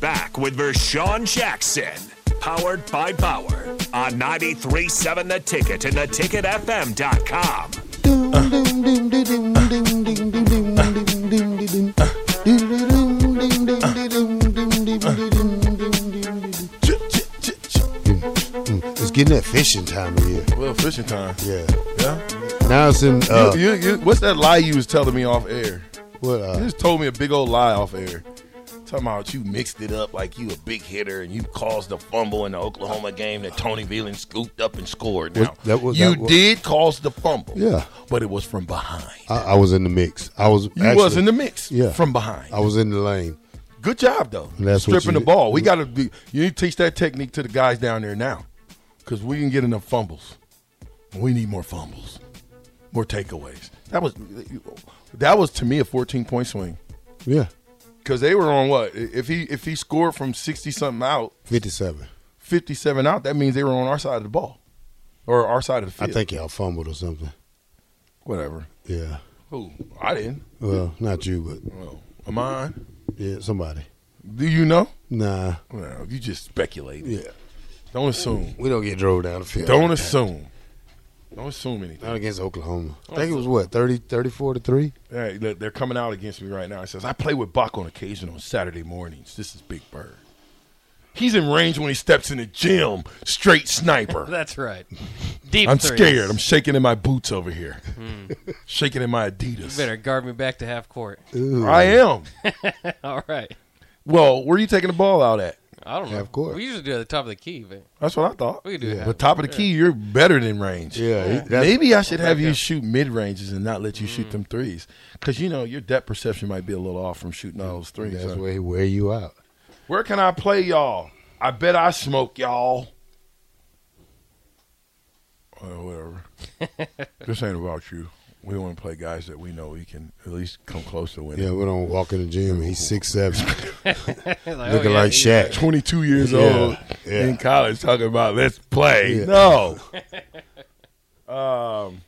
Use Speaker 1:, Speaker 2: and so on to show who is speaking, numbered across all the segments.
Speaker 1: Talk with Vershawn Jackson. Powered by Bauer on 937 The Ticket and theticketfm.com.
Speaker 2: It's getting that fishing time of year.
Speaker 3: Well, fishing time.
Speaker 2: Yeah.
Speaker 3: Yeah.
Speaker 2: Now it's in. Uh,
Speaker 3: you, you, you- what's that lie you was telling me off air?
Speaker 2: what?
Speaker 3: You
Speaker 2: Uh,
Speaker 3: just told me a big old lie off air. Talking about you mixed it up like you a big hitter and you caused the fumble in the Oklahoma game that Tony Veland scooped up and scored. Now
Speaker 2: Was- that was-
Speaker 3: you
Speaker 2: that was-
Speaker 3: did cause the fumble.
Speaker 2: Yeah.
Speaker 3: but it was from behind.
Speaker 2: I, I was in the mix. I was.
Speaker 3: you
Speaker 2: actually,
Speaker 3: was in the mix.
Speaker 2: Yeah.
Speaker 3: from behind.
Speaker 2: I was in the lane.
Speaker 3: Good job though.
Speaker 2: That's what
Speaker 3: Stripping
Speaker 2: you did.
Speaker 3: the ball. We got to be. You need to teach that technique to the guys down there now, because we didn't get enough fumbles. We need more fumbles, more takeaways. That was that was to me a 14 point swing
Speaker 2: Yeah.
Speaker 3: because they were on what if he if he scored from 60 something out,
Speaker 2: 57.
Speaker 3: 57 out. That means they were on our side of the ball or our side of the
Speaker 2: I
Speaker 3: field.
Speaker 2: think y'all fumbled or something.
Speaker 3: whatever.
Speaker 2: Yeah.
Speaker 3: Who I didn't.
Speaker 2: Well, not you,
Speaker 3: Well, am I?
Speaker 2: but yeah, somebody.
Speaker 3: Do you know?
Speaker 2: Nah.
Speaker 3: Well, you just speculate.
Speaker 2: Yeah.
Speaker 3: Don't assume.
Speaker 2: We don't get drove down the field.
Speaker 3: Don't assume. Don't assume anything.
Speaker 2: Not against Oklahoma. I think it was what 30, 34 to three.
Speaker 3: Hey, look, they're coming out against me right now. It says, I play with Buck on occasion on Saturday mornings. This is Big Bird. He's in range when he steps in the gym. Straight sniper.
Speaker 4: That's right. Deep
Speaker 3: I'm
Speaker 4: threes.
Speaker 3: scared. I'm shaking in my boots over here. shaking in my Adidas.
Speaker 4: You better guard me back to half court.
Speaker 3: I am.
Speaker 4: All right.
Speaker 3: Well, where are you taking the ball out at?
Speaker 4: I don't know.
Speaker 2: Half court.
Speaker 4: We usually do it at the top of the key, but
Speaker 3: That's what I thought.
Speaker 4: we can do
Speaker 3: The
Speaker 4: half.
Speaker 3: top of the key, you're better than range.
Speaker 2: Yeah, he- that's-
Speaker 3: Maybe I should have you shoot mid ranges and not let you
Speaker 4: Mm.
Speaker 3: shoot them threes. Because, you know, your depth perception might be a little off from shooting all those threes.
Speaker 2: That's
Speaker 3: huh?
Speaker 2: where he wear you out.
Speaker 3: Where can I play y'all? I bet I smoke y'all. Or whatever. this ain't about you. We want to play guys that we know we can at least come close to winning.
Speaker 2: Yeah, we don't walk in the gym. and He's six seven,
Speaker 4: Like,
Speaker 2: looking
Speaker 4: oh, yeah,
Speaker 2: like
Speaker 4: he-
Speaker 2: Shaq.
Speaker 3: 22 years
Speaker 2: Yeah,
Speaker 3: old
Speaker 2: yeah.
Speaker 3: in college talking about let's play.
Speaker 2: Yeah.
Speaker 3: No. um,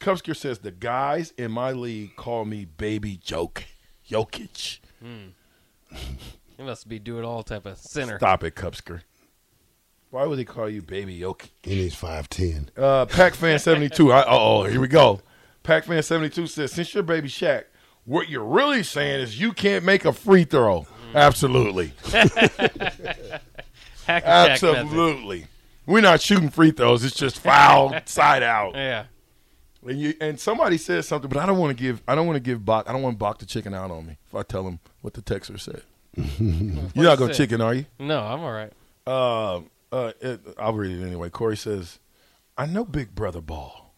Speaker 3: Cubsker says the guys in my league call me baby joke. Jokic.
Speaker 4: He must be do it all type of center.
Speaker 3: Stop it, Cubsker. Why would they call you baby Jokic?
Speaker 2: And he's five ten.
Speaker 3: Uh, PacFan seventy two. Uh oh, here we go. PacFan seventy two says, since you're baby Shaq, what you're really saying is you can't make a free throw. Absolutely,
Speaker 4: Hack attack method.
Speaker 3: absolutely. We're not shooting free throws. It's just foul side out.
Speaker 4: Yeah.
Speaker 3: And, you, and somebody says something, but I don't want to give. I don't want to give Bach. I don't want Bach to chicken out on me if I tell him what the texter said. you're not gonna
Speaker 4: said?
Speaker 3: chicken, are you?
Speaker 4: No, I'm all right.
Speaker 3: Uh, uh, it, I'll read it anyway. Corey says, "I know Big Brother ball.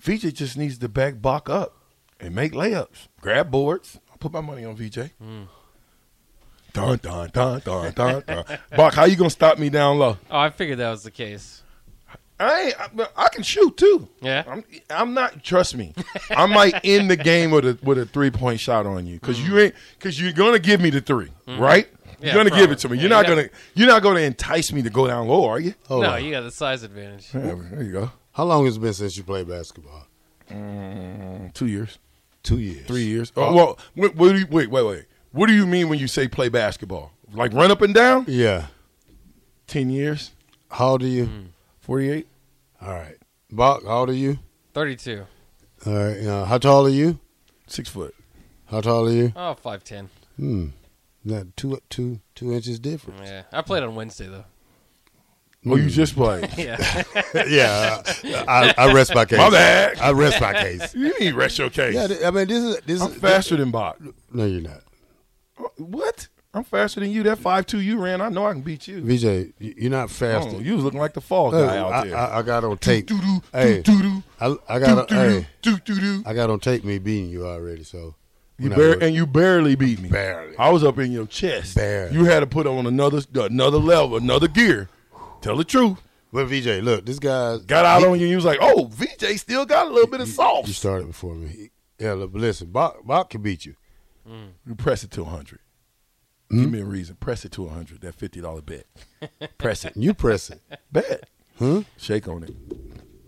Speaker 3: VJ just needs to back Bach up and make layups, grab boards. I'll put my money on VJ."
Speaker 4: Hmm.
Speaker 3: Dun dun dun dun dun dun. Bach, how you gonna stop me down low?
Speaker 4: Oh, I figured that was the case.
Speaker 3: I ain't, I, I can shoot too.
Speaker 4: Yeah.
Speaker 3: I'm, I'm not. Trust me, I might end the game with a with a three point shot on you because you ain't because you're gonna give me the three, right?
Speaker 4: Hmm. Yeah,
Speaker 3: you're gonna give
Speaker 4: probably.
Speaker 3: it to me. You're
Speaker 4: Yeah, you
Speaker 3: not
Speaker 4: got-
Speaker 3: gonna you're not gonna entice me to go down low, are you?
Speaker 2: Hold
Speaker 4: no,
Speaker 2: on.
Speaker 4: you got the size advantage.
Speaker 3: Yeah, there you go.
Speaker 2: How long has it been since you played basketball?
Speaker 3: Mm, Two years,
Speaker 2: Two years.
Speaker 3: three years. Oh, well, wait, what do you, wait, wait, wait. What do you mean when you say play basketball? Like run up and down?
Speaker 2: Yeah. Mm.
Speaker 3: Ten years,
Speaker 2: How old are you?
Speaker 3: forty eight.
Speaker 2: All right. Bach, how old are you?
Speaker 4: 32.
Speaker 2: All right. Uh, how tall are you?
Speaker 3: Six foot.
Speaker 2: How tall are you? Hmm.
Speaker 4: Oh, 5'10.
Speaker 2: Not two, two, two inches different.
Speaker 4: Yeah. I played on Wednesday, though.
Speaker 3: Oh, you just played.
Speaker 4: Yeah.
Speaker 2: yeah. I, I rest my case.
Speaker 3: My bad.
Speaker 2: I rest my case.
Speaker 3: You need rest your case.
Speaker 2: Yeah. th- I mean, this is this
Speaker 3: I'm
Speaker 2: is
Speaker 3: faster than Bob.
Speaker 2: No, you're not.
Speaker 3: What? I'm faster than you. That five two you ran. I know I can beat you.
Speaker 2: VJ, y- you're not faster.
Speaker 3: Oh, you was looking like the fall
Speaker 2: Hey,
Speaker 3: guy out
Speaker 2: I,
Speaker 3: there.
Speaker 2: I, I got on tape.
Speaker 3: Doo-doo,
Speaker 2: Hey,
Speaker 3: doo-doo,
Speaker 2: I, I got on,
Speaker 3: doo-doo,
Speaker 2: hey,
Speaker 3: doo-doo-doo.
Speaker 2: I got on tape me beating you already. So
Speaker 3: You
Speaker 2: we're not
Speaker 3: bar-
Speaker 2: worried.
Speaker 3: and you barely beat me.
Speaker 2: Barely.
Speaker 3: I was up in your chest.
Speaker 2: Barely.
Speaker 3: You had to put on another another level, another gear. Tell the truth.
Speaker 2: But VJ, look, this guy
Speaker 3: Got out
Speaker 2: he-
Speaker 3: on you. and You was like, oh, VJ still got a little bit of
Speaker 2: You
Speaker 3: sauce.
Speaker 2: started before me. He- Yeah, look, but listen, Bob, Bob can beat you.
Speaker 3: You press it to 100.
Speaker 2: Hmm?
Speaker 3: Give me a reason. Press it to 100. That fifty dollar bet. Press it.
Speaker 2: You press it.
Speaker 3: Bet.
Speaker 2: Huh?
Speaker 3: Shake on it.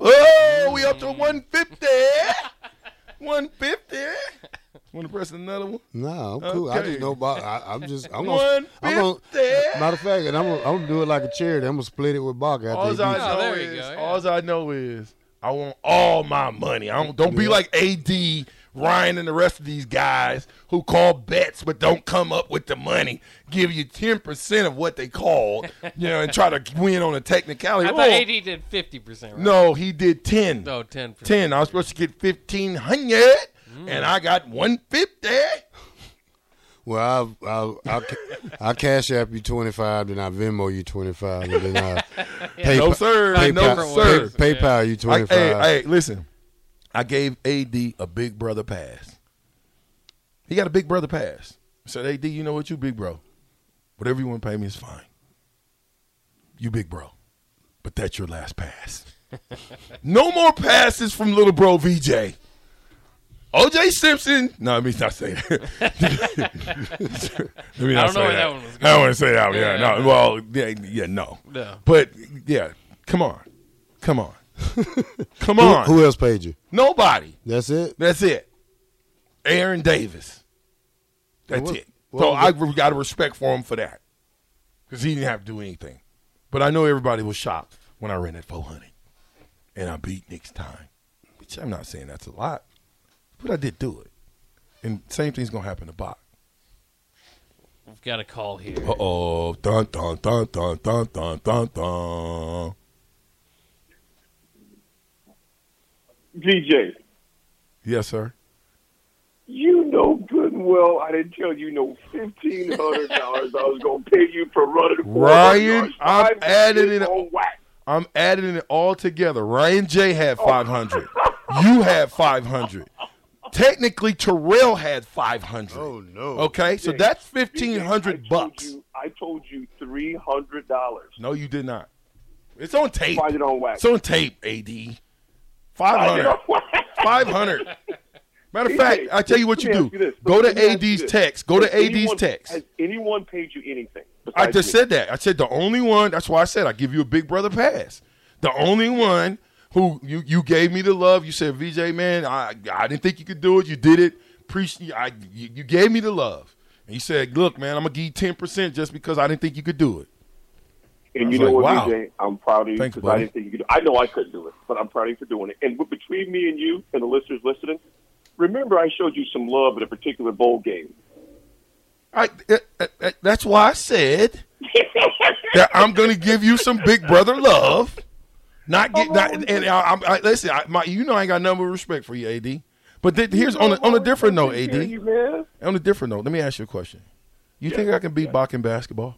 Speaker 3: Oh, we up to 150. 150. Want to press another one?
Speaker 2: Nah, I'm cool. I
Speaker 3: Okay.
Speaker 2: just know about. I, I'm just. I'm gonna.
Speaker 3: One
Speaker 2: I'm gonna
Speaker 3: fifty.
Speaker 2: matter of fact, and I'm gonna, I'm gonna do it like a charity. I'm gonna split it with Bach after he
Speaker 3: All I
Speaker 2: beats.
Speaker 4: Oh,
Speaker 3: know
Speaker 4: there you
Speaker 3: is,
Speaker 4: go, yeah.
Speaker 3: alls I know is, I want all my money. I don't don't be like AD Ryan and the rest of these guys who call bets but don't come up with the money. Give you ten percent of what they called, you know, and try to win on a technicality.
Speaker 4: I
Speaker 3: Or-
Speaker 4: thought AD did fifty percent. Right?
Speaker 3: No, he did ten.
Speaker 4: no, ten percent.
Speaker 3: ten. I was supposed to get fifteen hundred,
Speaker 4: Mm.
Speaker 3: and I got one fifty.
Speaker 2: Well, I'll, I'll, I'll, ca- I'll cash app you twenty five, then I Venmo you twenty five, and then I pay,
Speaker 3: No sir,
Speaker 2: PayPal,
Speaker 3: no
Speaker 4: different
Speaker 3: sir.
Speaker 4: ways.
Speaker 2: Pay, PayPal you
Speaker 3: I,
Speaker 2: twenty
Speaker 3: hey,
Speaker 2: five.
Speaker 3: hey, listen. I gave AD a big brother pass. He got a big brother pass. I said, AD, you know what, you big bro. Whatever you want to pay me is fine. You big bro. But that's your last pass. no more passes from little bro VJ. OJ Simpson. No, let me not say that. Let me
Speaker 4: I
Speaker 3: not
Speaker 4: don't know
Speaker 3: say
Speaker 4: where that one was
Speaker 3: I don't want to say that. Yeah,
Speaker 4: Yeah.
Speaker 3: no. Well, yeah, yeah, no.
Speaker 4: No.
Speaker 3: But yeah, come on, come on, come
Speaker 2: who,
Speaker 3: on.
Speaker 2: who else paid you?
Speaker 3: Nobody.
Speaker 2: That's it.
Speaker 3: That's it. Aaron Davis. That's
Speaker 2: What-
Speaker 3: it.
Speaker 2: what
Speaker 3: so
Speaker 2: was
Speaker 3: I got a respect for him for that because he didn't have to do anything. But I know everybody was shocked when I ran at 400 and I beat next time. Which I'm not saying that's a lot, but I did do it. And same thing's gonna happen to Bach.
Speaker 4: We've got a call here.
Speaker 3: Uh oh, dun dun dun dun dun dun dun dun.
Speaker 5: DJ,
Speaker 3: Yes, sir.
Speaker 5: you know good and well I didn't tell you no fifteen hundred dollars I was gonna pay you for running. 400
Speaker 3: Ryan,
Speaker 5: yards.
Speaker 3: I'm
Speaker 5: Five
Speaker 3: adding
Speaker 5: minutes
Speaker 3: it-
Speaker 5: on whack.
Speaker 3: I'm adding it all together. Ryan J had
Speaker 5: Oh.
Speaker 3: 500. you had 500. Technically, Terrell had 500.
Speaker 5: Oh,
Speaker 2: no.
Speaker 3: Okay, so
Speaker 5: Jay,
Speaker 3: that's
Speaker 5: DJ,
Speaker 3: fifteen
Speaker 5: I
Speaker 3: hundred
Speaker 5: told
Speaker 3: bucks.
Speaker 5: you- I told you three hundred dollars.
Speaker 3: No, you did not. It's on tape.
Speaker 5: Find it on wax.
Speaker 3: It's on tape. Ad. Five hundred. Five hundred. Matter of fact, I tell you what you
Speaker 5: Let me ask
Speaker 3: do.
Speaker 5: this.
Speaker 3: Go to
Speaker 5: Let me ask you
Speaker 3: Ad's
Speaker 5: this.
Speaker 3: text. Go to
Speaker 5: Has anyone-
Speaker 3: Ad's text.
Speaker 5: Has anyone paid you anything?
Speaker 3: I
Speaker 5: besides
Speaker 3: just
Speaker 5: me?
Speaker 3: said that. I said the only one. That's why I said I give you a big brother pass. The only one who you you gave me the love. You said VJ man, I I didn't think you could do it. You did it. Appreciate. I you, you gave me the love. And you said, look man, I'm gonna give you ten percent just because I didn't think you could do it.
Speaker 5: And
Speaker 3: was
Speaker 5: you know
Speaker 3: like,
Speaker 5: what,
Speaker 3: wow.
Speaker 5: DJ? I'm proud of you
Speaker 3: Thanks,
Speaker 5: because I
Speaker 3: buddy.
Speaker 5: didn't think you could. Do, I know I couldn't do it, but I'm proud of you for doing it. And w- between me and you and the listeners listening, remember I showed you some love at a particular bowl game.
Speaker 3: I, that- that- that- that's why I said that I'm going to give you some big brother love. Not get not, and I, I'm- I, listen, I, my, you know I ain't got nothing but respect for you, AD. But th- here's on a, on a different note,
Speaker 5: Take
Speaker 3: AD.
Speaker 5: care of You, man.
Speaker 3: On a different note, let me ask you a question. You think I can beat Bach in basketball?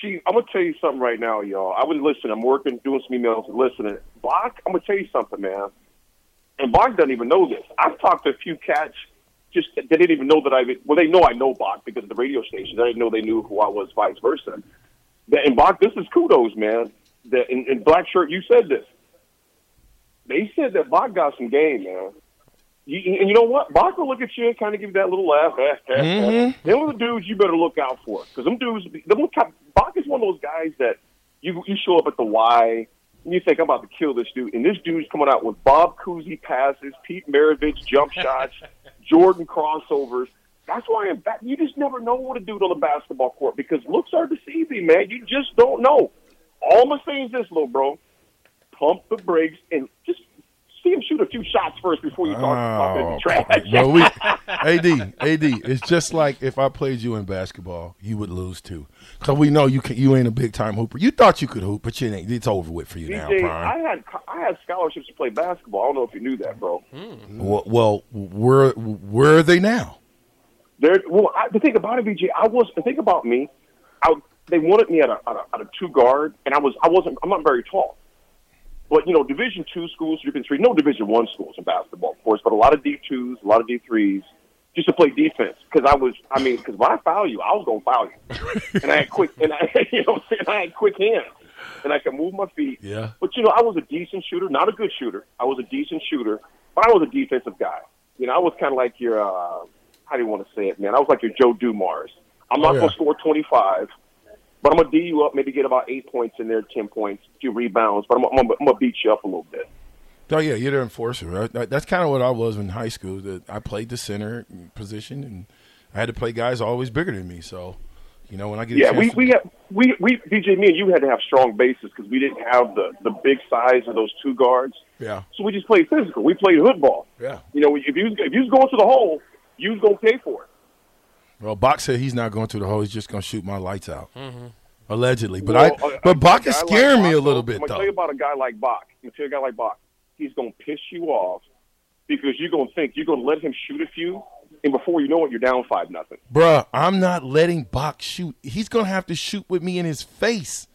Speaker 5: Gee, I'm gonna tell you something right now, y'all. I was listening. I'm working, doing some emails, and listening. Bach, I'm gonna tell you something, man. And Bach doesn't even know this. I've talked to a few cats. Just that they didn't even know that I. Well, they know I know Bach because of the radio station. I didn't know they knew who I was, vice versa. That, and Bach, this is kudos, man. That in, in black shirt, you said this. They said that Bach got some game, man. You, and you know what? Bach will look at you and kind of give you that little laugh.
Speaker 3: Mhm.
Speaker 5: Them are the dudes you better look out for because them dudes, them type, Bach is one of those guys that you you show up at the Y and you think I'm about to kill this dude, and this dude's coming out with Bob Cousy passes, Pete Maravich jump shots, Jordan crossovers. That's why I'm back. You just never know what to do on the basketball court because looks are deceiving, man. You just don't know. All I'm saying is this, little bro, pump the brakes and just see him shoot a few shots first before you talk
Speaker 3: Oh,
Speaker 5: about that trash.
Speaker 3: bro, we, AD, AD, it's just like if I played you in basketball, you would lose too. Because we know you can, you ain't a big time hooper. You thought you could hoop, but you ain't. It's over with for you now,
Speaker 5: DJ,
Speaker 3: Prime.
Speaker 5: I had I had scholarships to play basketball. I don't know if you knew that, bro.
Speaker 3: Well, well, where where are they now?
Speaker 5: There, well, I, the thing about it, BJ, I was the thing about me. I they wanted me at a, at a at a two guard, and I was I wasn't I'm not very tall. But you know, Division two schools, Division three, no Division one schools in basketball, of course, but a lot of D twos, a lot of D threes, just to play defense. Because I was, I mean, because when I foul you, I was gonna foul you, and I had quick, and I, you know, what I'm saying? I had quick hands, and I could move my feet.
Speaker 3: Yeah.
Speaker 5: But you know, I was a decent shooter, not a good shooter. I was a decent shooter, but I was a defensive guy. You know, I was kind of like your, uh, how do you want to say it, man? I was like your Joe Dumars. I'm not
Speaker 3: Oh, yeah.
Speaker 5: gonna score 25, but I'm gonna D you up, maybe get about eight points in there, ten points, two rebounds, but I'm, I'm, gonna- I'm gonna beat you up a little bit.
Speaker 3: Oh yeah, you're the enforcer. I- I- That's kind of what I was in high school. That I played the center position, and I had to play guys always bigger than me. So, you know, when I get a
Speaker 5: Yeah,
Speaker 3: chance
Speaker 5: we
Speaker 3: to-
Speaker 5: we had, we we DJ me and you had to have strong bases because we didn't have the the big size of those two guards.
Speaker 3: yeah
Speaker 5: So we just played physical. We played hoodball.
Speaker 3: yeah.
Speaker 5: You know, if you if you was going to the hole, you was gonna pay for it.
Speaker 3: Well, Bach said he's not going through the hole. He's just going to shoot my lights out, allegedly. But I,
Speaker 5: Well, a-
Speaker 3: but
Speaker 5: a-
Speaker 3: Bach
Speaker 5: a
Speaker 3: is
Speaker 5: guy like
Speaker 3: scaring
Speaker 5: Bach,
Speaker 3: me a little
Speaker 5: I'm
Speaker 3: bit
Speaker 5: gonna tell you
Speaker 3: though.
Speaker 5: about a guy like Bach. I'm gonna tell you a guy like Bach. He's gonna piss you off because you're gonna think you're gonna let him shoot a few, and before you know it, you're down five nothing.
Speaker 3: Bruh, I'm not letting Bach shoot. He's going to have to shoot with me in his face.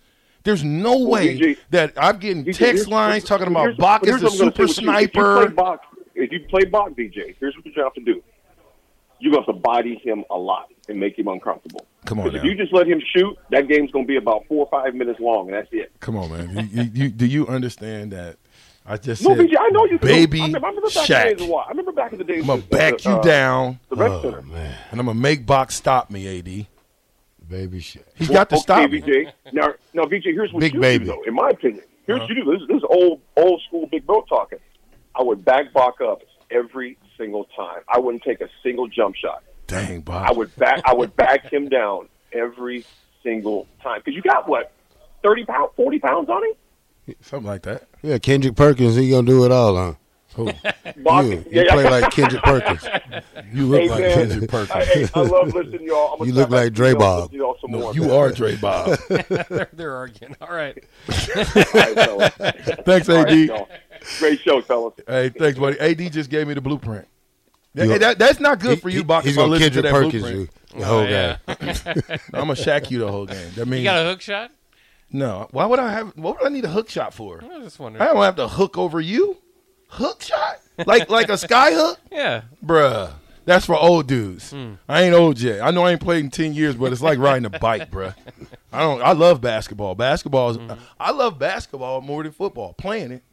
Speaker 3: There's no way
Speaker 5: DJ
Speaker 3: that I'm getting
Speaker 5: DJ,
Speaker 3: text
Speaker 5: here's-
Speaker 3: lines talking about
Speaker 5: here's-
Speaker 3: Bach is
Speaker 5: here's
Speaker 3: a
Speaker 5: what I'm
Speaker 3: super
Speaker 5: gonna say with you. If you
Speaker 3: sniper.
Speaker 5: play Bach, if you play Bach, DJ, here's what you have to do. You have to body him a lot and make him uncomfortable.
Speaker 3: Come on
Speaker 5: Because if
Speaker 3: now.
Speaker 5: you just let him shoot, that game's going to be about four or five minutes long, and that's it.
Speaker 3: Come on, man. You, you, you, do you understand that? I just
Speaker 5: No,
Speaker 3: said,
Speaker 5: BJ, I know you. can do it.
Speaker 3: baby
Speaker 5: I remember, I remember back in the days of
Speaker 3: Shaq.
Speaker 5: why. I remember back in the days.
Speaker 3: I'm gonna
Speaker 5: of-
Speaker 3: back you
Speaker 5: uh,
Speaker 3: down,
Speaker 5: The rec
Speaker 2: Oh,
Speaker 5: center.
Speaker 2: man,
Speaker 3: and I'm gonna make Bach stop me, AD. He
Speaker 2: baby shit.
Speaker 3: has
Speaker 5: Well,
Speaker 3: got to
Speaker 5: okay,
Speaker 3: stop me.
Speaker 5: BJ. Now, now, BJ. Here's what
Speaker 2: Big
Speaker 5: you
Speaker 2: baby.
Speaker 5: do, though. In my opinion, here's what you do. This, this is old, old school big bro talking. I would back Bach up every single time. I wouldn't take a single jump shot.
Speaker 3: Dang, Bach.
Speaker 5: I would back. I would back him down every single time because you got what thirty pounds, forty pounds on him.
Speaker 3: Something like that.
Speaker 2: Yeah, Kendrick Perkins, he gonna do it all, huh?
Speaker 3: Who? Oh,
Speaker 5: Bach,
Speaker 2: You, you play like Kendrick Perkins.
Speaker 3: You look
Speaker 5: Hey,
Speaker 3: like
Speaker 5: man.
Speaker 3: Kendrick
Speaker 5: I, hey,
Speaker 3: Perkins.
Speaker 5: I love listening, to y'all. I'm gonna
Speaker 2: You look
Speaker 5: try
Speaker 2: like
Speaker 5: back to
Speaker 2: Dre
Speaker 5: y'all,
Speaker 2: Bob.
Speaker 5: listen to y'all some more,
Speaker 3: you
Speaker 5: man.
Speaker 3: are Dre Bob.
Speaker 4: They're, they're arguing. All right.
Speaker 5: All right, fellas.
Speaker 3: thanks,
Speaker 5: All right,
Speaker 3: AD.
Speaker 5: y'all. Great show, fellas.
Speaker 3: Hey, thanks, buddy. AD just gave me the blueprint. That-
Speaker 2: You-
Speaker 3: that- that's not good for
Speaker 2: He-
Speaker 3: you,
Speaker 2: he-
Speaker 3: Bach.
Speaker 2: He's
Speaker 3: if I
Speaker 2: gonna
Speaker 3: listen to
Speaker 2: Kendrick
Speaker 3: that
Speaker 2: Perkins you
Speaker 3: blueprint.
Speaker 2: the whole
Speaker 4: Oh, yeah.
Speaker 2: game.
Speaker 3: I'm gonna shack you the whole game. That means
Speaker 4: You got a hook shot?
Speaker 3: no. Why would I have? What would I need a hook shot for?
Speaker 4: I was just
Speaker 3: I
Speaker 4: wondering.
Speaker 3: don't have to hook over you. Hook shot? Like like a sky hook?
Speaker 4: Yeah.
Speaker 3: Bruh. That's for old dudes. I ain't old yet. I know I ain't played in ten years, but it's like riding a bike, bruh. I don't I love basketball. Basketball is I love basketball more than football. Playing it.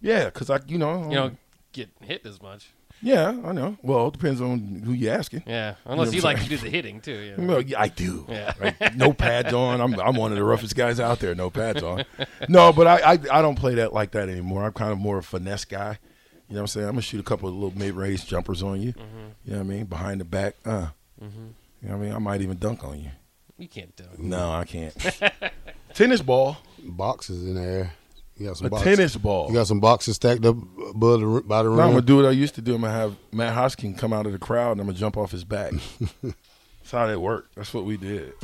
Speaker 3: Yeah, because I you know,
Speaker 4: You don't get hit as much.
Speaker 3: Yeah, I know. Well, it depends on who you asking.
Speaker 4: Yeah. Unless
Speaker 3: You
Speaker 4: you
Speaker 3: know what
Speaker 4: like to do the hitting, too. Yeah.
Speaker 3: Well, yeah, I do.
Speaker 4: Yeah.
Speaker 3: Right? No pads on. I'm I'm one of the roughest guys out there. No pads on. No, but I, I I don't play that like that anymore. I'm kind of more a finesse guy. You know what I'm saying? I'm gonna shoot a couple of little mid range jumpers on you. You know what I mean? Behind the back. Uh. You know what I mean? I might even dunk on you.
Speaker 4: You can't do it.
Speaker 3: No, I can't. tennis ball.
Speaker 2: Boxes in there. You got some
Speaker 3: A
Speaker 2: boxes.
Speaker 3: tennis ball.
Speaker 2: You got some boxes stacked up above the, by the
Speaker 3: No, I'm
Speaker 2: room.
Speaker 3: gonna do what I used to do. I'm gonna have Matt Hoskin come out of the crowd and I'm gonna jump off his back. That's how that worked. That's what we did.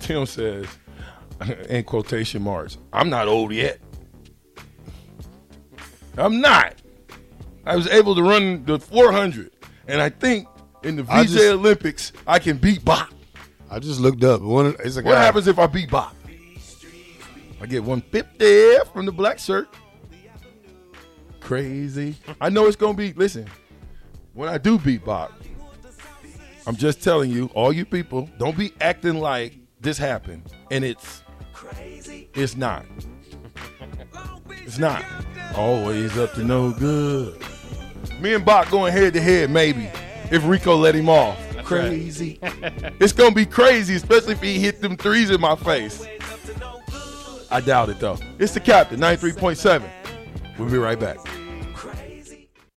Speaker 3: Tim says, in quotation marks, I'm not old yet. I'm not. I was able to run the 400, and I think in the
Speaker 2: I
Speaker 3: VJ
Speaker 2: just-
Speaker 3: Olympics I can beat Bach.
Speaker 2: I just looked up. One, it's a guy.
Speaker 3: What happens if I beat Bach? I get 150 from the black shirt. Crazy. I know it's gonna be. Listen, when I do beat Bach, I'm just telling you, all you people, don't be acting like this happened and it's It's not. It's not. Always up to no good. Me and Bach going head to head, maybe. If Rico let him off. crazy. it's gonna be crazy, especially if he hit them threes in my face. I doubt it though. It's the captain, 93.7. We'll be right back.